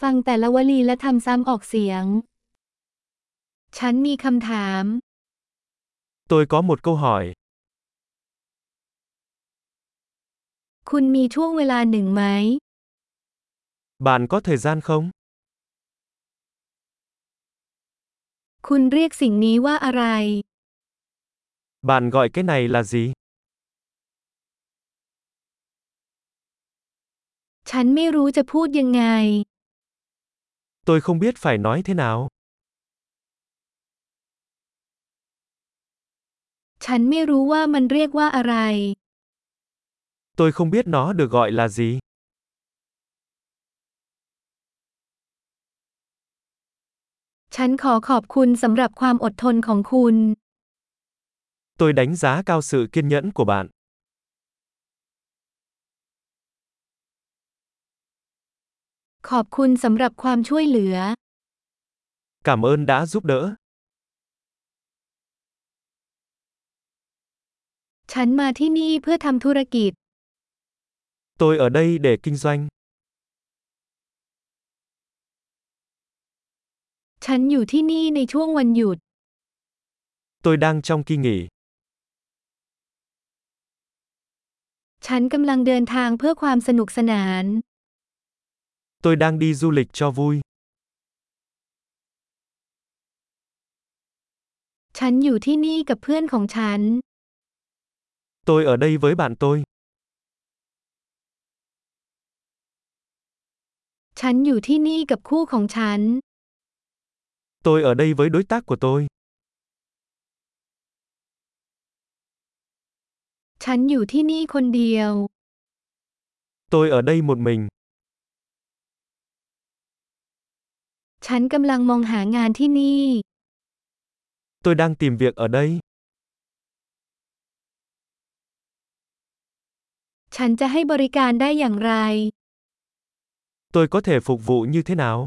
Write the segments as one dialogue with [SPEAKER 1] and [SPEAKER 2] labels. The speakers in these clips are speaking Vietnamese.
[SPEAKER 1] ฟังแต่ละวลีและทำซ้ำออกเสียง ฉันมีคำถาม
[SPEAKER 2] Tôi có một câu hỏi,
[SPEAKER 1] คุณมีช่วงเวลาหนึ่งไหม
[SPEAKER 2] bạn có thời gian không?
[SPEAKER 1] คุณเรียกสิ่งนี้ว่าอะไร
[SPEAKER 2] Bạn gọi cái này là gì?
[SPEAKER 1] ฉันไม่รู้จะพูดยังไง
[SPEAKER 2] Tôi không biết phải nói thế nào.
[SPEAKER 1] ฉันไม่รู้ว่ามันเรียกว่าอะไร
[SPEAKER 2] Tôi không biết nó được gọi là gì.
[SPEAKER 1] ฉันขอขอบคุณสำหรับความอดทนของคุณ
[SPEAKER 2] Tôi đánh giá cao sự kiên nhẫn của bạn.
[SPEAKER 1] ขอบคุณสำหรับความช่วยเหลือ
[SPEAKER 2] Cảm ơn đã giúp đỡ.
[SPEAKER 1] ฉันมาที่นี่เพื่อทำธุรกิจ
[SPEAKER 2] Tôi ở đây để kinh doanh.
[SPEAKER 1] ฉันอยู่ที่นี่ในช่วงวันหยุด
[SPEAKER 2] Tôi đang trong kỳ nghỉ.
[SPEAKER 1] ฉันกำลังเดินทางเพื่อความสนุกสนาน
[SPEAKER 2] Tôi đang đi du lịch cho vui.
[SPEAKER 1] ฉันอยู่ที่นี่กับเพื่อนของฉัน
[SPEAKER 2] Tôi ở đây với bạn tôi.
[SPEAKER 1] ฉันอยู่ที่นี่กับคู่ของฉัน
[SPEAKER 2] Tôi ở đây với đối tác của tôi.
[SPEAKER 1] ฉันอยู่ที่นี่คนเดียว
[SPEAKER 2] Tôi ở đây một mình.
[SPEAKER 1] ฉันกำลังมองหางานที่นี่
[SPEAKER 2] Tôi đang tìm việc ở đây.
[SPEAKER 1] ฉันจะให้บริการได้อย่างไร
[SPEAKER 2] Tôi có thể phục vụ như thế nào?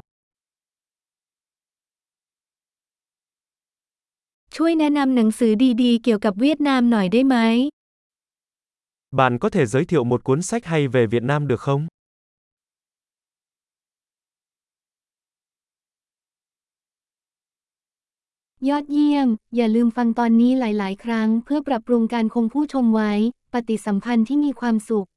[SPEAKER 1] ช่วยแนะนำหนังสือดีๆ เกี่ยวกับเวียดนามหน่อยได้ไหม
[SPEAKER 2] Bạn có thể giới thiệu một cuốn sách hay về Việt Nam được không?
[SPEAKER 1] ยอดเยี่ยม อย่าลืมฟังตอนนี้หลาย ๆ ครั้ง เพื่อปรับปรุงการคงผู้ชมไว้ ปฏิสัมพันธ์ที่มีความสุข